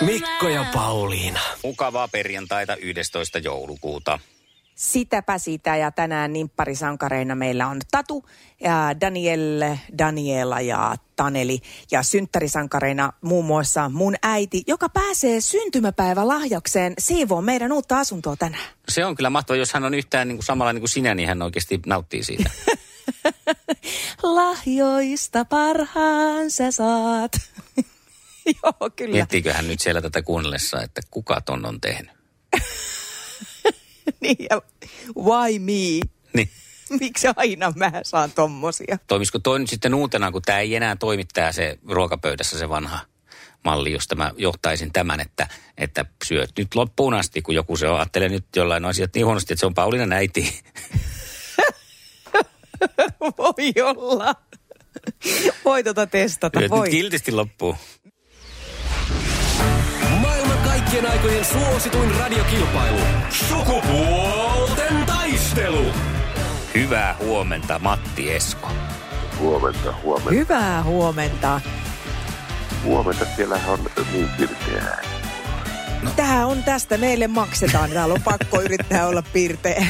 Mikko ja Pauliina. Mukavaa perjantaita 11. joulukuuta. Sitäpä sitä ja tänään nimpparisankareina meillä on Tatu, ja Daniel, Daniela ja Taneli. Ja synttärisankareina muun muassa mun äiti, joka pääsee syntymäpäivä lahjakseen siivoo meidän uutta asuntoa tänään. Se on kyllä mahtavaa, jos hän on yhtään niin kuin samalla niin kuin sinä, niin hän oikeasti nauttii siitä. Lahjoista parhaan sä saat. Joo, kyllä. Miettiikö hän nyt siellä tätä kuunnellessa, että kuka ton on tehnyt? niin, ja why me? Niin. Miksi aina mä saan tommosia? Toimisiko toi nyt sitten uutena, kun tämä ei enää toimi tää se ruokapöydässä se vanha malli, josta mä johtaisin tämän, että, että syöt nyt loppuun asti, kun joku se on, ajattelee nyt jollain asiat niin huonosti, että se on Pauliina äiti. Voi olla. Voi tota testata, Syöt nyt voi. kiltisti loppuun. Maailman kaikkien aikojen suosituin radiokilpailu. Sukupuolten taistelu. Hyvää huomenta, Matti Esko. Huomenta, huomenta. Hyvää huomenta. Huomenta, siellähän on niin pirteää. Tää on tästä, meille maksetaan. Täällä on pakko yrittää olla pirteä.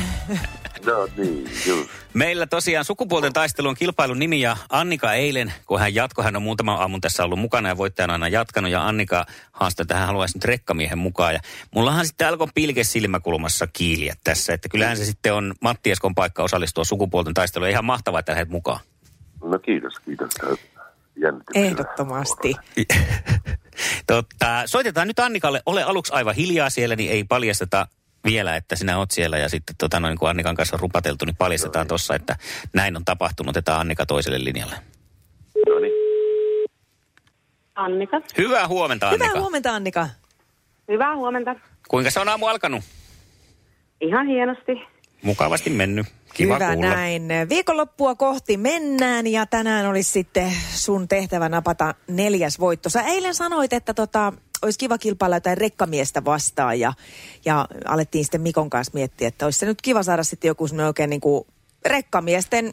No niin, just. Meillä tosiaan sukupuolten taistelu on kilpailun nimi ja Annika eilen, kun hän jatkoi, hän on muutama aamun tässä ollut mukana ja voittajana aina jatkanut ja Annika haastaa, että hän haluaisi nyt rekkamiehen mukaan. Ja mullahan sitten alkoi pilke silmäkulmassa kiiliä tässä, että kyllähän se sitten on Matti Eskon paikka osallistua sukupuolten taisteluun. Ja Ihan mahtavaa, että lähdet mukaan. No kiitos, kiitos. Jännityksellä. Ehdottomasti. Totta, Tota, soitetaan nyt Annikalle. Ole aluksi aivan hiljaa siellä, niin ei paljasteta vielä, että sinä oot siellä ja sitten tota, noin, kun Annikan kanssa on rupateltu, niin paljastetaan tuossa, että näin on tapahtunut. Otetaan Annika toiselle linjalle. No niin. Annika. Hyvää huomenta, Annika. Hyvää huomenta, Annika. Hyvää huomenta. Kuinka se on aamu alkanut? Ihan hienosti. Mukavasti mennyt. Kiva Hyvä kuulla. näin. Viikonloppua kohti mennään ja tänään olisi sitten sun tehtävä napata neljäs voitto. Sä eilen sanoit, että tota, olisi kiva kilpailla jotain rekkamiestä vastaan ja, ja alettiin sitten Mikon kanssa miettiä, että olisi se nyt kiva saada sitten joku sinne oikein niin kuin rekkamiesten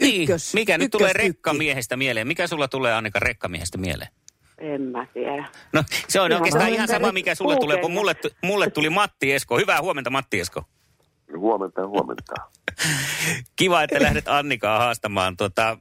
ykkös. niin, mikä nyt tulee ykköstykki. rekkamiehestä mieleen? Mikä sulla tulee Annika rekkamiehestä mieleen? En mä tiedä. No se on Ihan oikeastaan vaan ihan ympäri sama, mikä sulle tulee, kun kuukeen. mulle, tu- mulle tuli Matti Esko. Hyvää huomenta Matti Esko. Huomenta, huomenta. Kiva, että lähdet Annikaa haastamaan. Tota,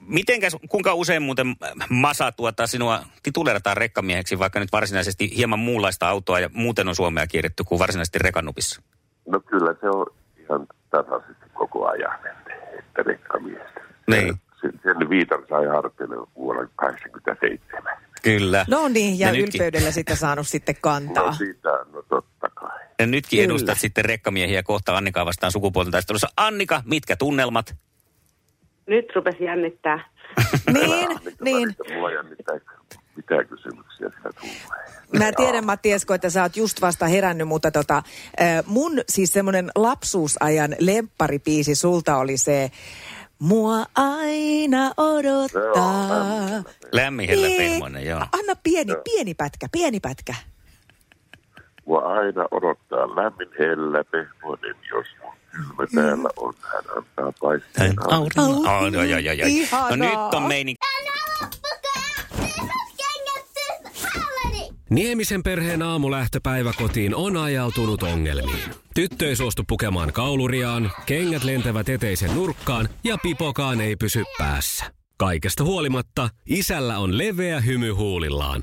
mitenkäs, kuinka usein muuten Masa tuota sinua titulerataan rekkamieheksi, vaikka nyt varsinaisesti hieman muunlaista autoa ja muuten on Suomea kirjattu kuin varsinaisesti rekanupissa? No kyllä se on ihan tasaisesti koko ajan, että- että rekkamiestä. Niin. Sen, sen viitan sai harteille vuonna 87. Kyllä. No niin, ja Ne nytkin- ylpeydellä sitä saanut sitten No kantaa. siitä, no totta kai. Ja nytkin Kyllä. Kyllä. edustat sitten rekkamiehiä kohta Annikaa vastaan sukupuolten taistelussa. Annika, mitkä tunnelmat? Nyt rupesi jännittää. Niin, Annika, niin. välistä Mulla ei ole mitään, mitään kysymyksiä sitä tulee. Mä tiedän, Matti Esko, että sä oot just vasta herännyt, mutta tota, äh, mun siis semmonen lapsuusajan lempparipiisi sulta oli se Mua aina Joo, odottaa. lämmin. Lämmihellä Niin. pehmoinen, joo. Anna pieni, pieni pätkä, pieni pätkä. Mua aina odottaa lämmin hellä pehmoinen, jos mun kylmä Mm. täällä on. Hän antaa paisteen auringon. Aurinko. Ai, ai, ai, ai, ai. No Ihanaa. nyt on meininki. Niemisen perheen aamulähtöpäivä kotiin on ajautunut ongelmiin. Tyttö ei suostu pukemaan kauluriaan, kengät lentävät eteisen nurkkaan ja pipokaan ei pysy päässä. Kaikesta huolimatta, isällä on leveä hymy huulillaan.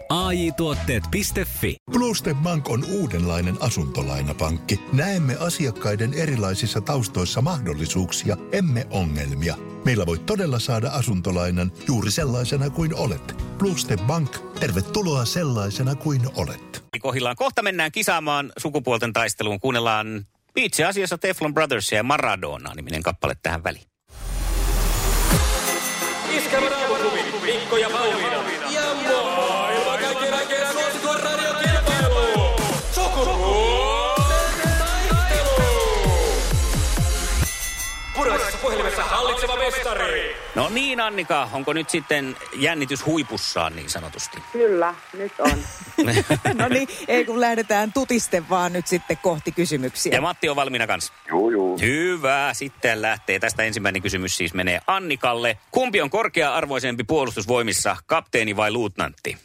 AJ Tuotteet.fi Bluestep Bank on uudenlainen asuntolainapankki. Näemme asiakkaiden erilaisissa taustoissa mahdollisuuksia, emme ongelmia. Meillä voi todella saada asuntolainan juuri sellaisena kuin olet. Bluestep Bank, tervetuloa sellaisena kuin olet. kohillaan. Kohta mennään kisaamaan sukupuolten taisteluun. Kuunnellaan Itse asiassa Teflon Brothers ja Maradona-niminen kappale tähän väliin. Iskävän aamuklubi, Mikko ja Pauliina. Ja maailman kaikkien aikeen suosituen radiokilpailu. Sukupuolten taistelu. Punaisessa puhelimessa hallitseva mestari. No niin, Annika, onko nyt sitten jännitys huipussaan niin sanotusti? Kyllä, nyt on. No niin, ei kun lähdetään tutisten vaan nyt sitten kohti kysymyksiä. Ja Matti on valmiina kanssa. Juu, juu. Hyvä, sitten lähtee. Tästä ensimmäinen kysymys siis menee Annikalle. Kumpi on korkea-arvoisempi puolustusvoimissa, kapteeni vai luutnantti?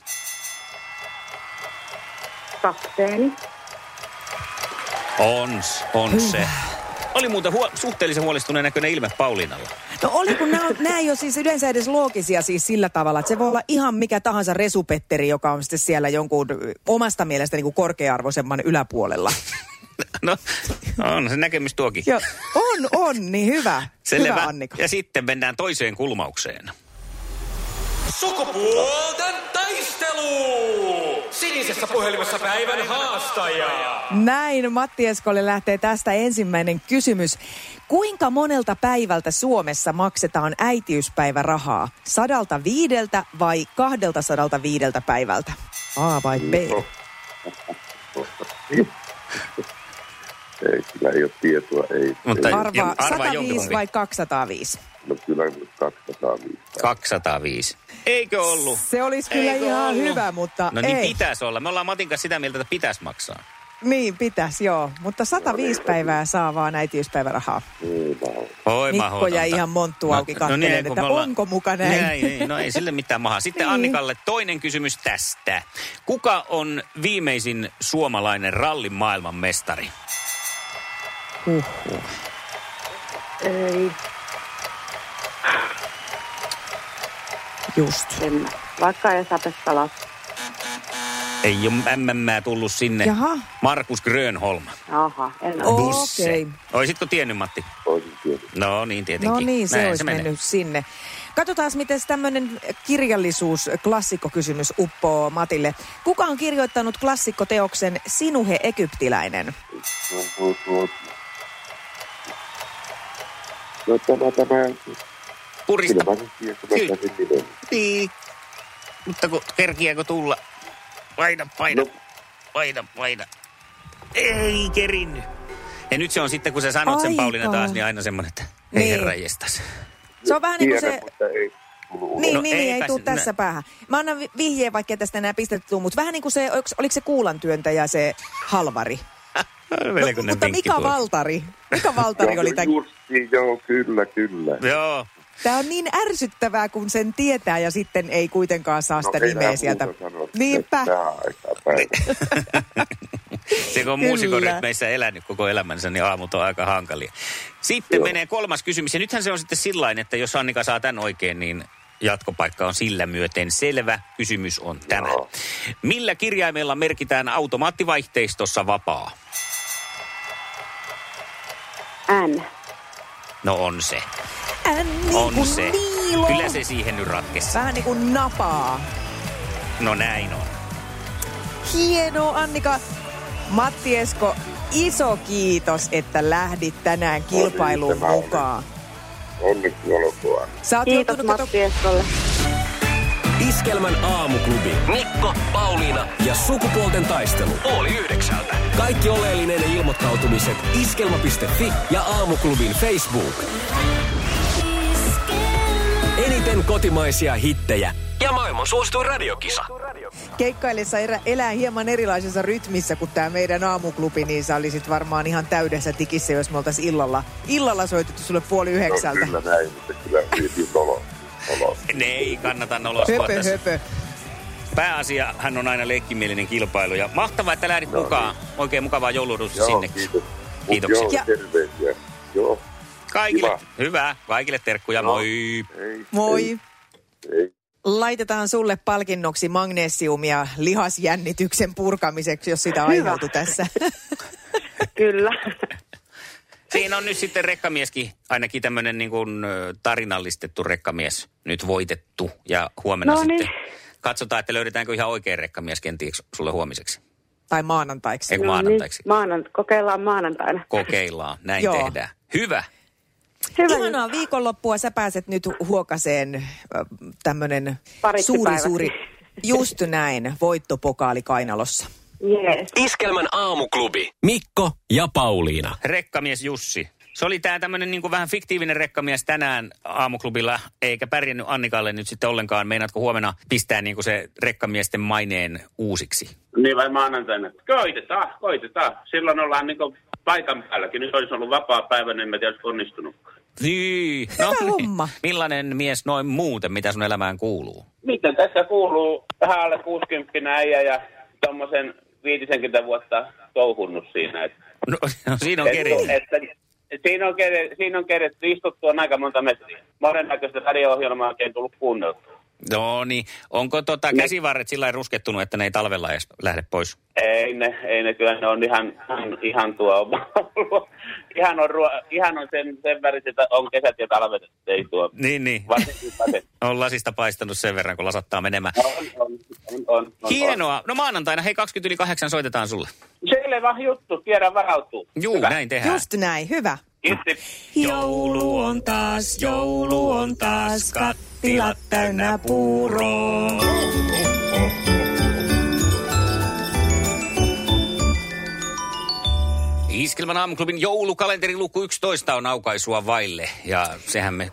Kapteeni. On, on se. Oli muuten huo- suhteellisen huolestuneen näköinen ilme Pauliinalla. No oli, kun nämä, nämä ei ole siis yleensä edes loogisia siis sillä tavalla, että se voi olla ihan mikä tahansa resupetteri, joka on sitten siellä jonkun ö, omasta mielestä niin kuin korkea-arvoisemman yläpuolella. No, on se näkemys tuokin. Joo, on, on, niin hyvä. Hyvä, Annika. Ja sitten mennään toiseen kulmaukseen. Sukupuolten taistelu. Sinisessä puhelimessa päivän haastaja. Näin Matti Eskolle lähtee tästä ensimmäinen kysymys. Kuinka monelta päivältä Suomessa maksetaan äitiyspäivärahaa? Sadalta viideltä vai kahdelta sadalta viideltä päivältä? A vai B? Ei, kyllä ei ole tietoa, ei. Mutta- ei. Arvaa Ja arvaa 105 jompikumpi. vai 205? No kyllä 205. 205. Eikö ollut? Se olisi kyllä Eikö ihan ollut? hyvä, mutta No niin ei. pitäisi olla. Me ollaan Matin kanssa sitä mieltä, että pitäisi maksaa. Niin, pitäisi, joo. Mutta 105 päivää saa vaan äitiyspäivärahaa. Ei mä oon. Oi Mikko mahdotonta. jäi ihan monttu auki katteleen, No niin, kun että me ollaan- onko muka näin? Näin, niin, no ei sille mitään mahaa. Sitten Niin. Annikalle toinen kysymys tästä. Kuka on viimeisin suomalainen rallin maailmanmestari? Ei, Just. en mä. Vaikka ei saa peskalat. Ei ole MM tullut sinne. Jaha. Markus Grönholm. Aha, en ole. Oh. Busse. Okei. Oisitko tiennyt, Matti? Olisin tiennyt. No niin, No tietenkin. niin, se Näin olisi menee. mennyt sinne. Katsotaan, miten tämmöinen kirjallisuus, klassikkokysymys uppoo Matille. Kuka on kirjoittanut klassikkoteoksen Sinuhe Egyptiläinen? No, no, no. No tämä, tämä, Purista. kyllä mä nyt tiedän, kun Kyllä. mä sen nimen. Niin. Mutta kun, kerkiääkö tulla? Paina, paina. No. Paina, paina. Ei kerinny. Ja nyt se on sitten, kun sä sanot sen Aika. Pauliina taas, niin aina semmoinen, että ei Niin. niin. herra jestas. Se on vähän niin kuin Tiedän, se... mutta ei tullut. Niin, No niin, niin, ei eipä tule se- tässä päähän. Mä annan vi- vihjeen, vaikka ei tästä enää pistettä tuu, mutta vähän niin kuin se, oliko, oliko se kuulan työntäjä se halvari? Niin No, mutta Mika Valtari, Mika Valtari Joo, oli tämä. Justiin, joo, kyllä, kyllä. Joo. Tämä on niin ärsyttävää, kun sen tietää ja sitten ei kuitenkaan saa sitä ei nimeä nää sieltä. No muuta sano, että Niinpä. tää on aika päivä. Se kun on Kyllä. muusikorytmeissä elänyt koko elämänsä, niin aamut on aika hankalia. Sitten Joo. menee kolmas kysymys. Ja nythän se on sitten sillain, että jos Annika saa tämän oikein, niin jatkopaikka on sillä myöten selvä. Kysymys on tämä. Joo. Millä kirjaimella merkitään automaattivaihteistossa vapaa? N. No on se. Än niin On kuin se. Niilo. Kyllä se siihen nyt ratkesi. Vähän niin kuin napaa. No näin on. Hienoa, Annika. Matti Esko, iso kiitos, että lähdit tänään kilpailuun tämä oli. mukaan. Onneksi olkoon. Sä oot Kiitos joutunut kato- Matti Eskolle. Iskelmän aamuklubi. Mikko, Pauliina ja sukupuolten taistelu. Oli yhdeksältä. Kaikki oleellinen ilmoittautumiset iskelma.fi ja aamuklubin Facebook. Eniten kotimaisia hittejä ja maailman suosituin radiokisa. keikkaillessa erä, elää hieman erilaisessa rytmissä kuin tämä meidän aamuklubi, niin sä olisit varmaan ihan täydessä tikissä, jos me oltaisiin illalla, illalla soitettu sulle puoli No yhdeksältä. kyllä näin, mutta kyllä hyvin olo. olo. Ne ei kannata nolostua höpö, tässä. höpö. Pääasia, hän on aina leikkimielinen kilpailu. Ja mahtavaa, että lähdit Joo, mukaan. Oikein mukavaa jouluruusia Joo, sinne. kiitos. Mut Kiitoksia. Joo, Ja- terveisiä. Joo, Kaikille, Kiva. hyvää. Kaikille terkkuja, Joo. moi. ei, Moi. ei, ei. Laitetaan sulle palkinnoksi magnesiumia lihasjännityksen purkamiseksi, jos sitä aiheutui tässä. Kyllä. Siinä on nyt sitten rekkamieskin, ainakin tämmöinen niin kuin ö, tarinallistettu rekkamies nyt voitettu. Ja huomenna No niin. sitten katsotaan, että löydetäänkö ihan oikein rekkamies kenties sulle huomiseksi. Tai maanantaiksi. Eikö maanantaiksi? Niin, maanant- kokeillaan maanantaina. Kokeillaan, näin Joo. tehdään. Hyvä. Hyvä. Ihanaa viikonloppua. Sä pääset nyt huokaseen tämmöinen Pariksi suuri, päiväksi. suuri, just näin, voittopokaali kainalossa. Jees. Iskelmän aamuklubi. Mikko ja Pauliina. Rekkamies Jussi. Se oli tämä tämmöinen niin vähän fiktiivinen rekkamies tänään aamuklubilla, eikä pärjännyt Annikalle nyt sitten ollenkaan. Meinaatko huomenna pistää niin se rekkamiesten maineen uusiksi? Niin vai maanantaina? Koitetaan, koitetaan. Silloin ollaan niin paikan päälläkin. Nyt olisi ollut vapaa päivä, niin en mä tiedä, olisiko onnistunutkaan. Niin. Hyvä homma. Millainen mies noin muuten, mitä sun elämään kuuluu? Miten tässä kuuluu vähän alle 60 äijä ja tommosen 50 vuotta touhunnut siinä. Et, No, no siinä on keritty. että, siinä on, kere, siinä on keretty istuttua aika monta metriä. Monen näköistä radio-ohjelmaa oikein tullut kuunneltua. No niin. Onko tota käsivarret sillä lailla ruskettunut, että ne ei talvella edes lähde pois? Ei ne, ei ne, kyllä ne on ihan, ihan- ihan tuo oma ollut. ihan on, ruo, ihan on sen, sen väriset, että on kesät ja talvet, että ei tuo. Niin, niin. Varsinkin vasen. On lasista paistanut sen verran, kun lasattaa menemään. On, on, on, on, on, Hienoa. No maanantaina, hei 20 yli 8 soitetaan sulle. On. Selvä juttu, tiedä varautuu. Juu, näin tehdään. Just näin, hyvä. Kiitti. Joulu on taas, joulu on taas, kattilat täynnä puuroa. Iskelmän aamuklubin joulukalenteri luku 11 on aukaisua vaille ja sehän me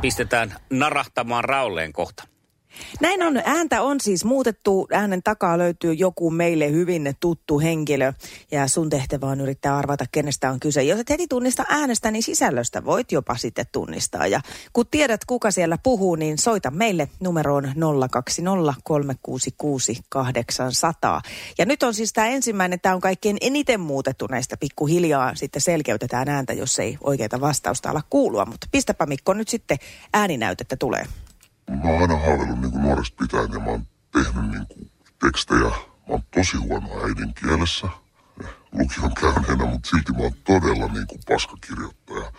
pistetään narahtamaan raolleen kohta. Näin on, ääntä on siis muutettu, äänen takaa löytyy joku meille hyvin tuttu henkilö ja sun tehtävä on yrittää arvata, kenestä on kyse. Jos et heti tunnista äänestä, niin sisällöstä voit jopa sitten tunnistaa ja kun tiedät, kuka siellä puhuu, niin soita meille numeroon 020 366 800. Ja nyt on siis tämä ensimmäinen, tämä on kaikkein eniten muutettu näistä pikkuhiljaa, sitten selkeytetään ääntä, jos ei oikeita vastausta ala kuulua, mutta pistäpä Mikko nyt sitten ääninäytettä tulee. Mä oon aina haaveillut niin nuoresta pitäen ja mä oon tehnyt niin kuin, tekstejä. Mä oon tosi huono äidinkielessä. Lukion käyneenä, mutta silti mä oon todella niin kuin paskakirjoittaja.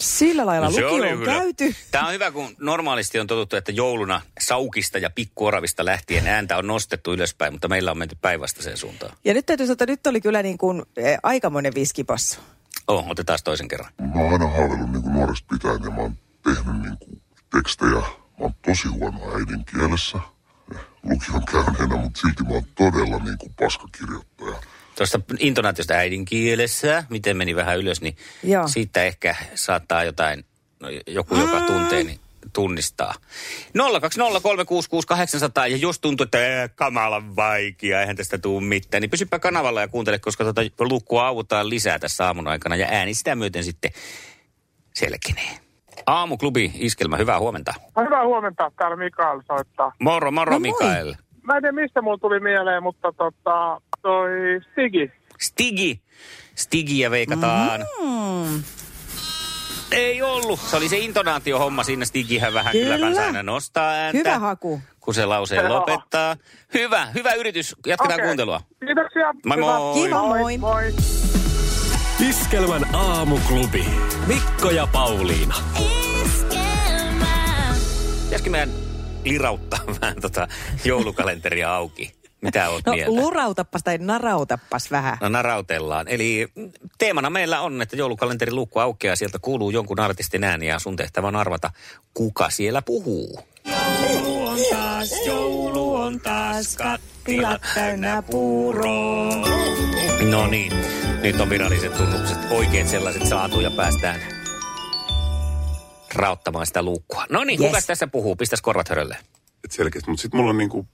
Sillä lailla No se lukio oli on kyllä. käyty. Tämä on hyvä, kun normaalisti on totuttu, että jouluna saukista ja pikkuoravista lähtien ääntä on nostettu ylöspäin, mutta meillä on menty päinvastaiseen suuntaan. Ja nyt täytyy sanoa, että nyt oli kyllä niin kuin eh, aikamoinen viskipassu. Oh, otetaan toisen kerran. Mä oon aina haaveillut niin kuin, nuoresta pitäen ja mä oon tehnyt niin kuin, tekstejä. Mä oon tosi huono äidinkielessä. Lukion Eh, käyneenä, mutta silti mä oon todella niin kuin, paskakirjoittaja. Tuosta intonaatiosta äidinkielessä, miten meni vähän ylös, niin Joo. Mm. siitä ehkä saattaa jotain, no, joku joka tuntee, niin tunnistaa. 020366800 ja jos tuntuu, että "Ää, kamalan vaikea, eihän tästä tuu mitään, niin pysypä kanavalla ja kuuntele, koska tuota lukkua autaan lisää tässä aamun aikana ja ääni sitä myöten sitten selkenee. Aamuklubi, iskelmä, hyvää huomenta. No, Hyvää huomenta, täällä Mikael soittaa. Moro, moro No no, moi. Mikael. Mä en tiedä, mistä mulla tuli mieleen, mutta tota, toi Stigi. Stigi. Stigiä veikataan. Mm. Ei ollut. Se oli se intonaatiohomma siinä. Stigihän vähän kyllä, Kyllä. kyllä kansa aina nostaa ääntä. Hyvä haku. Kun se lauseen Joo. lopettaa. Hyvä, hyvä yritys. Jatketaan okay. kuuntelua. Kiitoksia. Moi Hyvä. moi. Kiva, moi. moi. Iskelmän aamuklubi. Mikko ja Pauliina. Pitäisikö meidän lirauttaa vähän tota joulukalenteria auki? Mitä oot No mieltä? lurautappas tai narautappas vähän. No narautellaan. Eli mm, teemana meillä on, että joulukalenterin luukku aukeaa, sieltä kuuluu jonkun artistin ääni ja sun tehtävä on arvata, kuka siellä puhuu. Joulu on taas kattilat täynnä puuroa. No niin, nyt on viralliset tunnukset, oikein sellaiset saatu ja päästään rauttamaan sitä luukkua. No niin, Yes. yes. kukas tässä puhuu? Pistäs korvat hörölle. et selkeästi. Mutta sitten mulla on niinku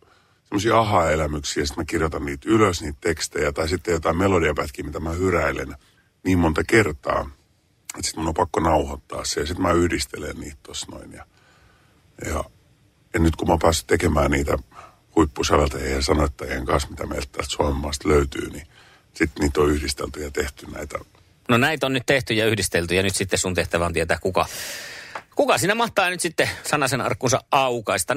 semmoisia aha-elämyksiä, sitten mä kirjoitan niitä ylös, niitä tekstejä, tai sitten jotain melodiapätkiä, mitä mä hyräilen niin monta kertaa, että sitten mun on pakko nauhoittaa se, ja sitten mä yhdistelen niitä tuossa noin. Ja, ja, ja, nyt kun mä oon päässyt tekemään niitä huippusäveltäjien ja sanoittajien kanssa, mitä meiltä tästä Suomen maasta löytyy, niin sitten niitä on yhdistelty ja tehty näitä No näitä on nyt tehty ja yhdistelty ja nyt sitten sun tehtävä on tietää kuka. Kuka sinä mahtaa nyt sitten sanasen arkkunsa aukaista?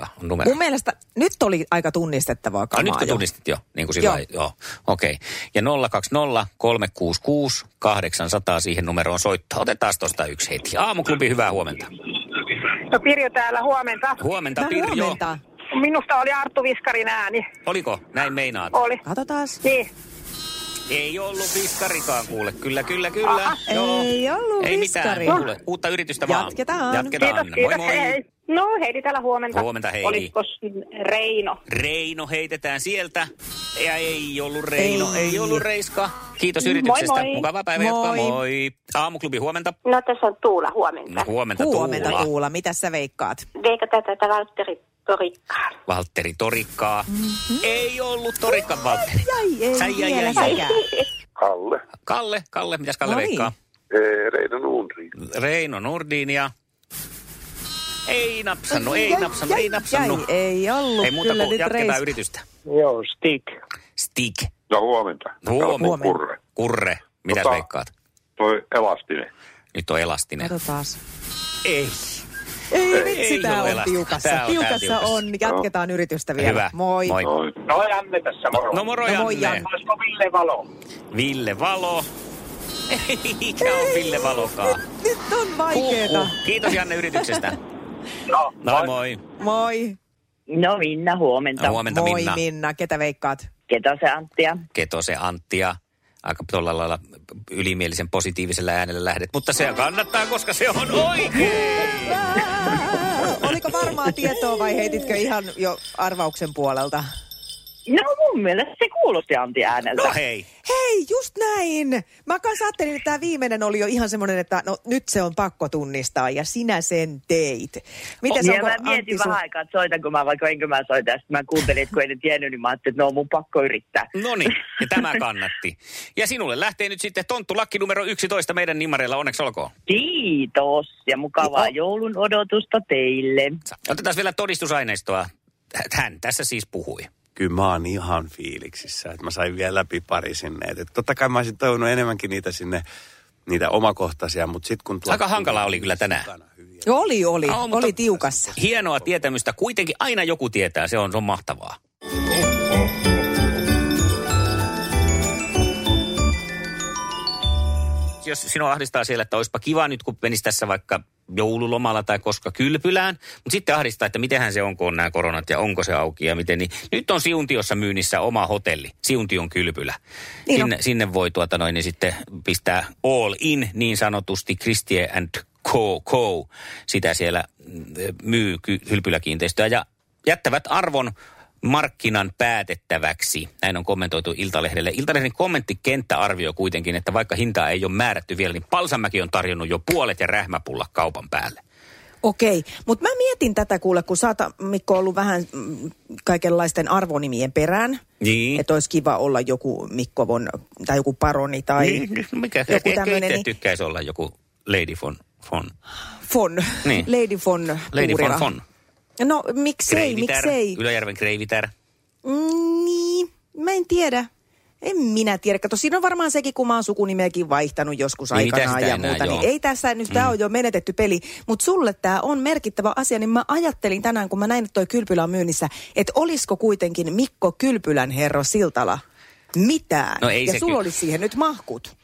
020366800 on numero. Mun mielestä nyt oli aika tunnistettavaa Ah, kamaa. nyt kun jo. tunnistit jo, niin kuin sillä Joo. joo. joo. Okei. Okay. Ja 020366800 siihen numeroon soittaa. Otetaan tuosta yksi heti. Aamuklubi, hyvää huomenta. No Pirjo täällä, huomenta. Huomenta, No Pirjo. huomenta. Minusta oli Arttu Viskarin ääni. Oliko? Näin meinaat. Oli. Katsotaan. Niin. Ei ollut viskarikaan kuule. Kyllä, kyllä, kyllä. Aha. Joo. Ah, Ei ollut Ei viskari. mitään kuule. Uutta yritystä vaan. Jatketaan. Jatketaan. Kiitos, moi kiitos. moi. Hei. No Heidi täällä huomenta. Huomenta, Heidi. Olisiko Reino? Reino heitetään sieltä. Ja ei ollut Reino, ei, Ei. ollut Reiska. Kiitos yrityksestä. moi. Mukavaa päivää jatkoa. Moi. Moi. Aamuklubi huomenta. No tässä on Tuula huomenta. No, huomenta, Huomenta Tuula. Tuula, mitä sä veikkaat? Veikö tätä tätä Valtteri Torikkaa? Valtteri Torikkaa. Mm-hmm. Ei ollut Torikka Valtteri. Jäi, ei Sai, jäi, vielä jäi, jäi. sekään. Kalle. Kalle, Kalle, mitäs Kalle No niin. veikkaa? Reino Nundri. Reino Nordin ja... Ei napsannut, ei Jäi, napsannut, ei jäi, napsannut. jäi, ei ollut. Ei muuta Kyllä kuin nyt jatketaan Reiska. yritystä. Joo, Stig. Stig, No huomenta. Huomenta. Huomenta. Kurre. kurre, mitäs Tota- veikkaat? Toi elastinen. Nyt on elastinen. Katsotaan. Ei. Ei Ei vitsi, tää ole on elästä. tiukassa. Tää on tää Tiukassa tiukassa. on. Jatketaan yritystä vielä. Hyvä. Moi. Moi. Noin. No Janne tässä moro. No moro, No moi, Janne. Janne. Olisiko Ville Valo? Ville Valo. Eikä ole Ville Valokaa. Nyt on Kuukku. vaikeeta. Kiitos Janne yrityksestä. No, No moi. Moi. No Minna, huomenta. No, huomenta Moi Minna. Minna. Ketä veikkaat? Ketä se Anttia? Keto se Antti ja aika tuolla lailla ylimielisen positiivisella äänellä lähdet. Mutta se kannattaa, koska se on oikein. Oliko varmaa tietoa vai heititkö ihan jo arvauksen puolelta? No mun mielestä se kuulosti Antti ääneltä. No hei. Hei, just näin. Mä kanssa ajattelin, että tämä viimeinen oli jo ihan semmoinen, että no nyt se on pakko tunnistaa ja sinä sen teit. Miten se ja onko mä mietin Antti sun... vähän aikaa, että soitanko mä vaikka enkö mä soita. Sitten mä kuuntelin, että kun ei ne tiennyt, niin mä ajattelin, että no mun pakko yrittää. No niin, ja tämä kannatti. Ja sinulle lähtee nyt sitten tonttulakki numero 11 meidän nimareilla, onneksi olkoon. Kiitos ja mukavaa No. joulun odotusta teille. Otetaan vielä todistusaineistoa. Hän tässä siis puhui. Kyllä mä oon ihan fiiliksissä, että mä sain vielä läpi pari sinne. Et, et totta kai mä olisin toivonut enemmänkin niitä sinne, niitä omakohtaisia, mutta sitten kun... Aika hankalaa oli kyllä tänään. Oli, oli. Joo, mutta- oli tiukassa. Hienoa tietämystä. Kuitenkin aina joku tietää. Se on, se on mahtavaa. Jos sinua ahdistaa siellä, että olisipa kiva nyt, kun menisi tässä vaikka joululomalla tai koska kylpylään, mutta sitten ahdistaa, että mitenhän se on, kun on nämä koronat ja onko se auki ja miten, niin nyt on Siuntiossa myynnissä oma hotelli, Siuntion kylpylä. Niin on. sinne, sinne, voi tuota noin, niin sitten pistää all in niin sanotusti Christie and Co. Co. Sitä siellä mm, myy ky- kylpyläkiinteistöä ja jättävät arvon markkinan päätettäväksi. Näin on kommentoitu Iltalehdelle. Iltalehden kommenttikenttä arvioi kuitenkin, että vaikka hintaa ei ole määrätty vielä, niin Palsamäki on tarjonnut jo puolet ja rähmäpulla kaupan päälle. Okei, mutta mä mietin tätä kuule, kun sä oot, Mikko, ollut vähän mm, kaikenlaisten arvonimien perään. Niin. Että olisi kiva olla joku Mikko von, tai joku Paroni tai Niin, nyt mikä, joku joku tämmönen, tämmöinen... niin- tykkäisi olla joku Lady von, von von, Niin. Lady von Lady Uurila. von von. No miksei, Kreivitär, miksei. Ylöjärven Kreivitär. Mm, niin, mä en tiedä. En minä tiedä. Kato, siinä on varmaan sekin, kun mä oon sukunimeäkin vaihtanut joskus Niin, aikanaan tästä ja enää, muuta. joo. Mm. Niin ei tässä nyt, tämä on jo menetetty peli. Mutta sulle tämä on merkittävä asia, niin mä ajattelin tänään, kun mä näin, että toi Kylpylä on myynnissä, että olisiko kuitenkin Mikko Kylpylän herra Siltala mitään. No ei ja se sulla kyllä. olisi siihen nyt mahkut.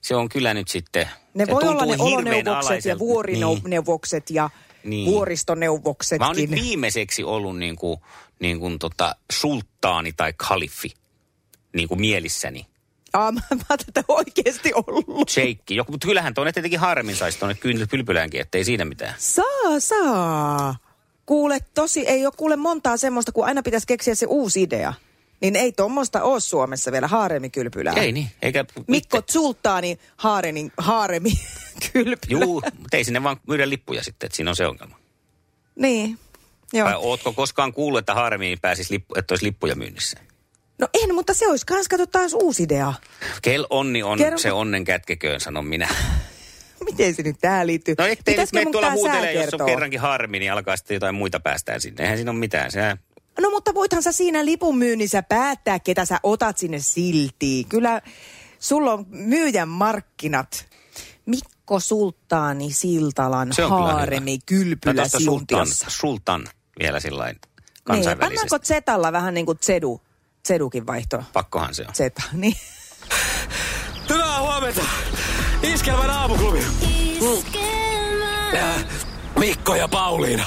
Se on kyllä nyt sitten... Ne se voi olla ne tuntuu hirveän oloneuvokset ja alaiselta. vuorineuvokset ja Niin. niin. Mä oon nyt vuoristoneuvoksetkin. viimeiseksi ollut niin kuin, niin kuin tota, sulttaani tai kalifi niin kuin mielissäni. Ah, mä, mä oon tätä oikeasti ollut. Sheikki. Joku, mutta kyllähän tuonne tietenkin harmin saisi tuonne kyyn- kylpyläänkin, ettei siinä mitään. Saa, saa. Kuule, tosi, ei ole kuule montaa semmoista, kun aina pitäisi keksiä se uusi idea. Niin ei tuommoista ole Suomessa vielä haaremikylpylää. Ei niin, eikä... Mikko Zultaani haarenin, haaremi kylpylä. Juu, mutta ei sinne vaan myydä lippuja sitten, että siinä on se ongelma. Niin, Joo. joo. Vai ootko koskaan kuullut, että harmiin pääsisi, lippu, että olisi lippuja myynnissä? No en, mutta se olisi kans, kato taas uusi idea. Kel onni on Kerro- se onnen kätkeköön, sanon minä. Miten se nyt tää liittyy? No ettei nyt Pitäisikö mene mun tuolla tää sää huutelee, jos on kertoa? kerrankin harmi, niin alkaa sitten jotain muita päästään sinne. Eihän siinä ole mitään. Sehän No mutta voithan sä siinä lipun myynnissä päättää, ketä sä otat sinne silti. Kyllä sulla on myyjän markkinat. Mikko Sultaani Siltalan Se on kyllä haaremi hyvä. Tai kylpylä tuosta sultan, Siuntiossa. sultan vielä sillä Niin, kansainvälisesti. pannaanko Zetalla vähän niin kuin Zedu? Zedukin vaihto. Pakkohan se on. Zeta, niin. Hyvää huomenta. Iskelmän aamuklubi. Äh, Mikko ja Pauliina.